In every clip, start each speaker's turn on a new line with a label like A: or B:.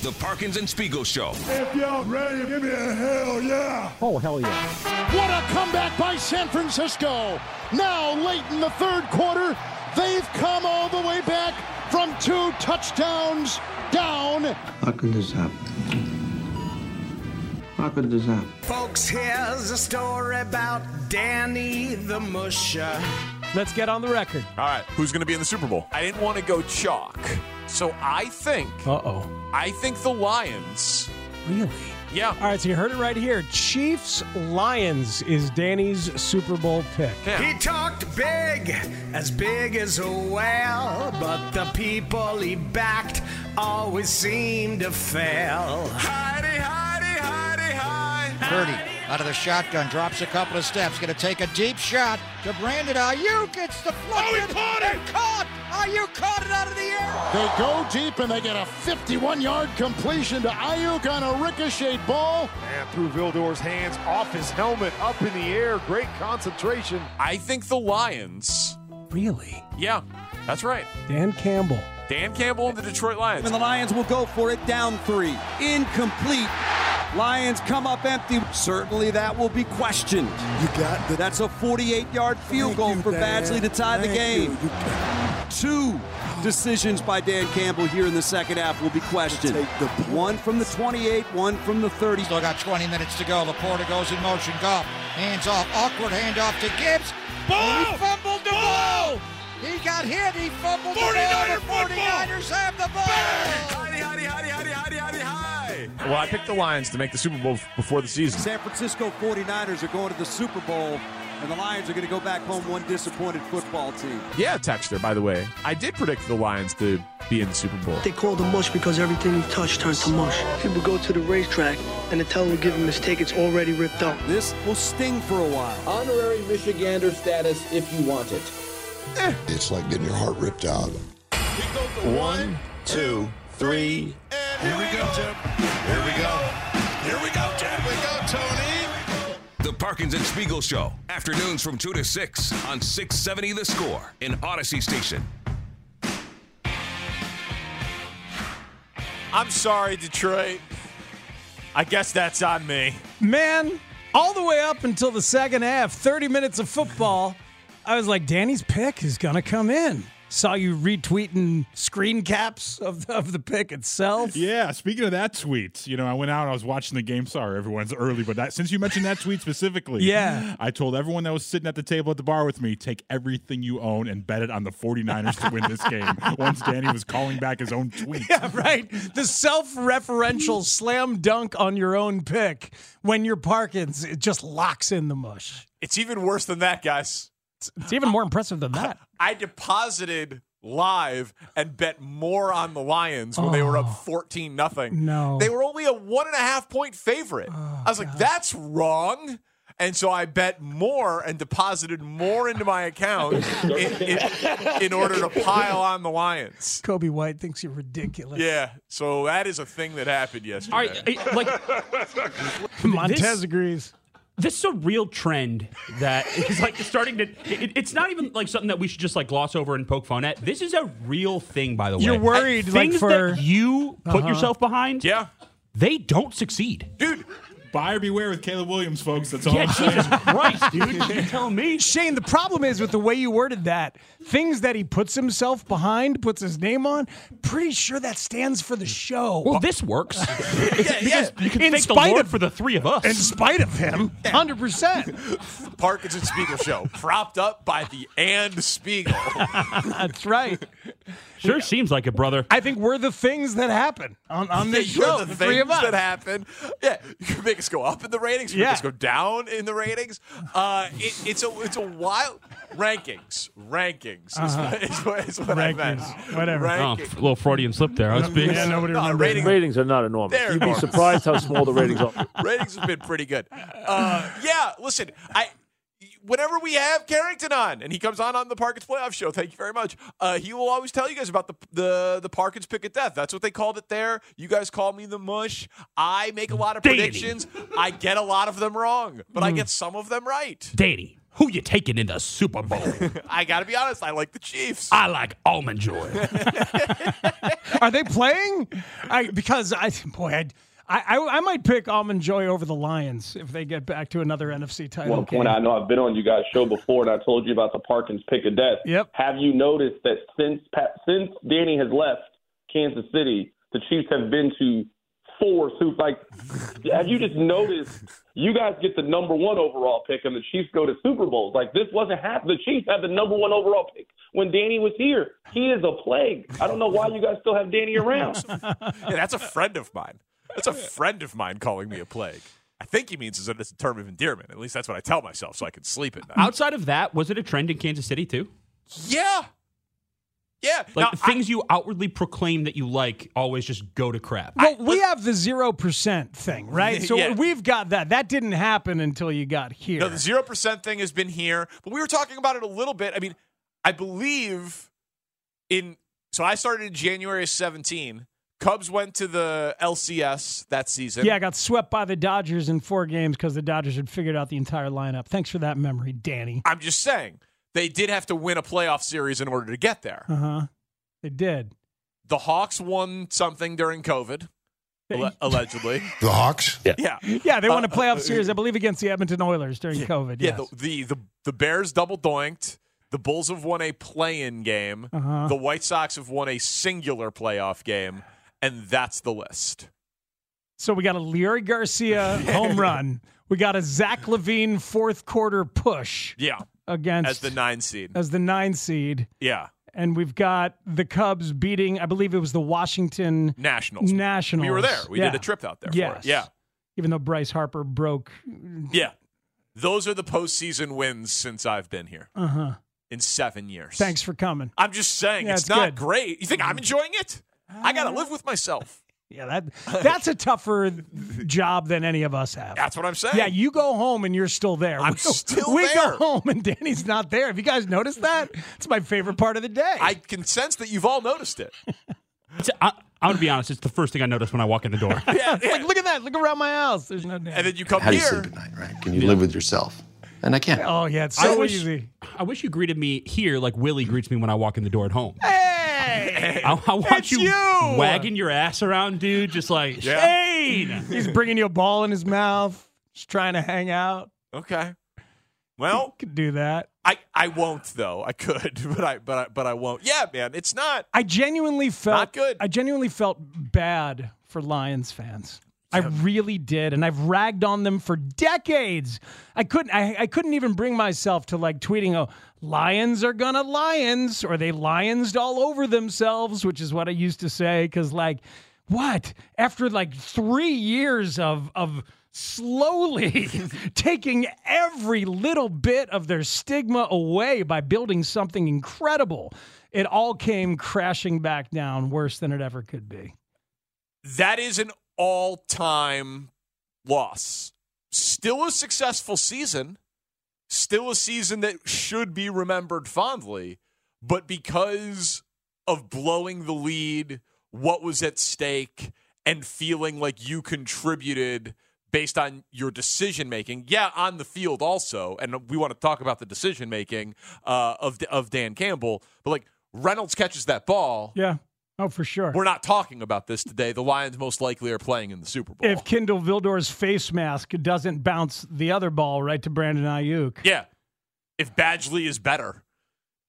A: The Parkins and Spiegel Show.
B: If y'all ready, give me a hell yeah.
C: Oh, hell yeah.
D: What a comeback by San Francisco. Now, late in the third quarter, they've come all the way back from two touchdowns down.
E: How could this happen? How could this happen?
F: Folks, here's a story about Danny the Musher.
G: Let's get on the record.
H: All right, who's going to be in the Super Bowl? I didn't want to go chalk, so I think
G: Uh oh.
H: I think the Lions.
G: Really?
H: Yeah,
G: All right, so you heard it right here. Chiefs Lions is Danny's Super Bowl pick.
F: He talked big, as big as a whale, but the people he backed always seemed to fail.
H: Heidi, Heidi, Heidi, hi.
I: Purdy out of the shotgun, drops a couple of steps, going to take a deep shot to Brandon Ayuk. It's deflected.
B: caught
I: and Caught. Ayuk caught it out of the air.
D: They go deep and they get a 51 yard completion to Ayuk on a ricochet ball.
B: And through Vildor's hands, off his helmet, up in the air. Great concentration.
H: I think the Lions.
G: Really?
H: Yeah, that's right.
G: Dan Campbell.
H: Dan Campbell and the Detroit Lions.
J: And the Lions will go for it down three. Incomplete. Lions come up empty. Certainly that will be questioned. You got that. That's a 48 yard field goal for Badgley to tie the game. Two decisions by Dan Campbell here in the second half will be questioned. One from the 28, one from the 30.
I: Still got 20 minutes to go. Laporta goes in motion. Goff hands off. Awkward handoff to Gibbs. Ball! He fumbled the ball! He got hit. He fumbled the ball. The 49ers have the ball.
H: Heidi, Heidi, Heidi, Heidi, Heidi, Heidi, hi. Well, I picked the Lions to make the Super Bowl f- before the season.
J: San Francisco 49ers are going to the Super Bowl, and the Lions are going to go back home one disappointed football team.
H: Yeah, texter, by the way. I did predict the Lions to be in the Super Bowl.
K: They call the mush because everything he touched turns to mush. People go to the racetrack and the teller will give him his tickets already ripped up.
J: This will sting for a while.
F: Honorary Michigander status if you want it.
B: It's like getting your heart ripped out.
A: One, two, three. And here we go, Jim. Here we go. Here we go, Jim. Here we go, Tony. The Parkins and Spiegel Show. Afternoons from 2 to 6 on 670 The Score in Odyssey Station.
H: I'm sorry, Detroit. I guess that's on me.
G: Man, all the way up until the second half, 30 minutes of football, I was like, Danny's pick is going to come in. Saw you retweeting screen caps of the, of the pick itself.
L: Yeah, speaking of that tweet, you know, I went out and I was watching the game. Sorry, everyone's early, but that, since you mentioned that tweet specifically,
G: Yeah.
L: I told everyone that was sitting at the table at the bar with me, take everything you own and bet it on the 49ers to win this game. Once Danny was calling back his own tweet.
G: Yeah, right. The self-referential slam dunk on your own pick when you're Parkins, it just locks in the mush.
H: It's even worse than that, guys.
G: It's even more impressive than that.
H: I deposited live and bet more on the Lions when they were up 14 nothing.
G: no.
H: They were only a one and a half point favorite. I was like, that's wrong. And so I bet more and deposited more into my account in, in, in order to pile on the Lions.
G: Kobe White thinks you're ridiculous.
H: Yeah. So that is a thing that happened yesterday.
M: All right, I- like
G: Montez
M: This-
G: agrees.
M: this is a real trend that is like starting to. It, it's not even like something that we should just like gloss over and poke fun at. This is a real thing, by the way.
G: You're worried, like,
M: things
G: for- Uh-huh.
M: that you put yourself behind.
H: Yeah.
M: they don't succeed.
H: Dude,
L: Buyer beware with Caleb Williams, folks. That's all
M: Yeah,
L: I'm saying.
M: Jesus Christ, dude! You telling me?
G: Shane, the problem is with the way you worded that, things that he puts himself behind, puts his name on, pretty sure that stands for the show.
M: Well, this works. Because you can
G: In
M: thank the
G: spite
M: Lord
G: of-
M: for the three of us.
G: in spite of him, 100%.
H: Parkinson Spiegel show propped up by the and Spiegel.
G: That's right.
M: sure seems like a brother.
G: I think we're the things that happen on, on this
H: You're
G: show.
H: the
G: three of
H: things
G: us.
H: that happen. Yeah, you can make a Vegas go up in the ratings.
G: Yeah.
H: Vegas go down in the ratings. Uh, it, it's a it's a wild rankings. Rankings is
M: Uh-huh.
H: what, is what, is what I meant.
M: Oh,
H: Rankings.
M: f- little Freudian slip there. I was being
H: No, ratings-
C: ratings are not enormous.
H: They're
C: You'd be
H: enormous.
C: surprised how small the ratings are.
H: ratings have been pretty good. Uh, yeah, listen, I whenever we have Carrington on, and he comes on on the Parkins Playoff Show, thank you very much. Uh, he will always tell you guys about the the the Parkins Pick of Death. That's what they called it there. You guys call me the mush. I make a lot of
M: Deity.
H: predictions. I get a lot of them wrong, but I
C: Hmm.
H: get some of them right.
M: Danny, who you taking in the Super Bowl?
H: I got to be honest. I like the Chiefs.
M: I like almond joy.
G: Are they playing? I because I boy I. I, I, I might pick Almond Joy over the Lions if they get back to another NFC title.
E: One
G: game.
E: point I know I've been on you guys' show before, and I told you about the Parkins pick of death.
G: Yep.
E: Have you noticed that since Pat, since Danny has left Kansas City, the Chiefs have been to four Super. Like, have you just noticed? You guys get the number one overall pick, and the Chiefs go to Super Bowls. Like this wasn't happening. The Chiefs had the number one overall pick when Danny was here. He is a plague. I don't know why you guys still have Danny around.
H: Yeah, that's a friend of mine. That's a friend of mine calling me a plague. I think he means it's a term of endearment. At least that's what I tell myself, so I can sleep at night.
M: Outside of that, was it a trend in Kansas City too?
H: Yeah. Yeah.
M: Like things you outwardly proclaim that you like always just go to crap.
G: Well, we have the zero percent thing, right? So
H: Yeah.
G: we've got that. That didn't happen until you got here.
H: No, the zero percent thing has been here, but we were talking about it a little bit. I mean, I believe in so I started in January of seventeen. Cubs went to the LCS that season.
G: yeah, I got swept by the Dodgers in four games because the Dodgers had figured out the entire lineup. Thanks for that memory, Danny.
H: I'm just saying they did have to win a playoff series in order to get there.
G: Uh huh. They did.
H: The Hawks won something during COVID, alle- allegedly.
N: The Hawks?
H: Yeah,
G: Yeah, they won a
H: Uh,
G: playoff
H: uh,
G: series, I believe, against the Edmonton Oilers during COVID.
H: Yeah,
G: yes.
H: the, the the the Bears double doinked. The Bulls have won a play-in game.
G: Uh-huh.
H: The White Sox have won a singular playoff game, and that's the list.
G: So we got a Leary Garcia home run. We got a Zach Levine fourth quarter push
H: Yeah,
G: against
H: as the nine seed.
G: as the nine seed.
H: yeah,
G: And we've got the Cubs beating, I believe it was the Washington
H: Nationals.
G: Nationals.
H: We were there. We
G: Yeah.
H: did a trip out there. For
G: Yes.
H: it. Yeah,
G: Even though Bryce Harper broke.
M: Mm,
H: yeah. Those are the postseason wins since I've been here
G: Uh huh.
H: in seven years.
G: Thanks for coming.
H: I'm just saying,
G: Yeah,
H: it's,
G: it's good.
H: not
G: Mm-hmm. Uh,
H: great. You think I'm enjoying it? I gotta live with myself.
G: Yeah, that that's a tougher job than any of us have.
H: That's what I'm saying.
G: Yeah, you go home and you're still there.
H: I'm
G: we go,
H: still
G: we
H: there.
G: go home and Danny's not there. Have you guys noticed that? It's my favorite part of the day.
H: I can sense that you've all noticed it.
M: It's- I, I'm gonna be honest. It's the first thing I notice when I walk in the door.
G: It's like, look at that. Look around my house. There's no Danny.
H: And then you come
N: How do you sleep at night, right? Can you live with yourself? And I can't.
G: Oh yeah, it's so
M: I wish,
G: easy.
M: I wish you greeted me here like Willie greets me when I walk in the door at home.
G: Hey,
M: I, I want
G: it's
M: you,
G: you!
M: wagging your ass around, dude. Just like
H: Yeah.
M: Shane.
G: He's bringing you a ball in his mouth. Just trying to hang out.
H: Okay. Well,
G: Could do that.
H: I, I won't though. I could, but I but I, but I won't. Yeah, man, it's not.
G: I genuinely felt
H: Not good.
G: I genuinely felt bad for Lions fans. I really did, and I've ragged on them for decades. I couldn't I, I couldn't even bring myself to like tweeting, oh, Lions are gonna Lions, or they Lionsed all over themselves, which is what I used to say, because like what? After like three years of of slowly taking every little bit of their stigma away by building something incredible. It all came crashing back down worse than it ever could be.
H: That is an all-time loss. Still a successful season. Still a season that should be remembered fondly, but because of blowing the lead, what was at stake, and feeling like you contributed based on your decision making. Yeah, on the field also, and we want to talk about the decision making uh, of of Dan Campbell. But like Reynolds catches that ball,
G: Yeah. Oh, for sure.
H: we're not talking about this today. The Lions most likely are playing in the Super Bowl.
G: If Kendall Vildor's face mask doesn't bounce the other ball right to Brandon Ayuk,
H: yeah. If Badgley is better.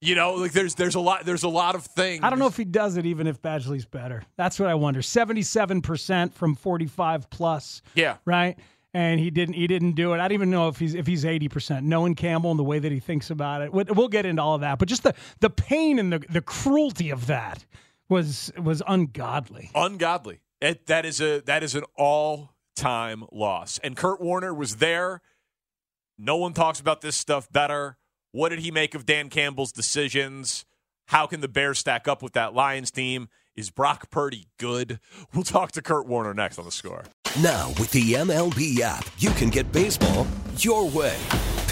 H: You know, like there's there's a lot there's a lot of things.
G: I don't know if he does it even if Badgley's better. That's what I wonder. 77% from 45 plus.
H: Yeah.
G: Right? And he didn't he didn't do it. I don't even know if he's if he's 80%. Knowing Campbell and the way that he thinks about it. We'll we'll get into all of that, but just the the pain and the the cruelty of that was was ungodly.
H: Ungodly. It, that is a that is an all time loss. And Kurt Warner was there. No one talks about this stuff better. What did he make of Dan Campbell's decisions? How can the Bears stack up with that Lions team? Is Brock Purdy good? We'll talk to Kurt Warner next on the score.
O: Now, with the MLB app, you can get baseball your way.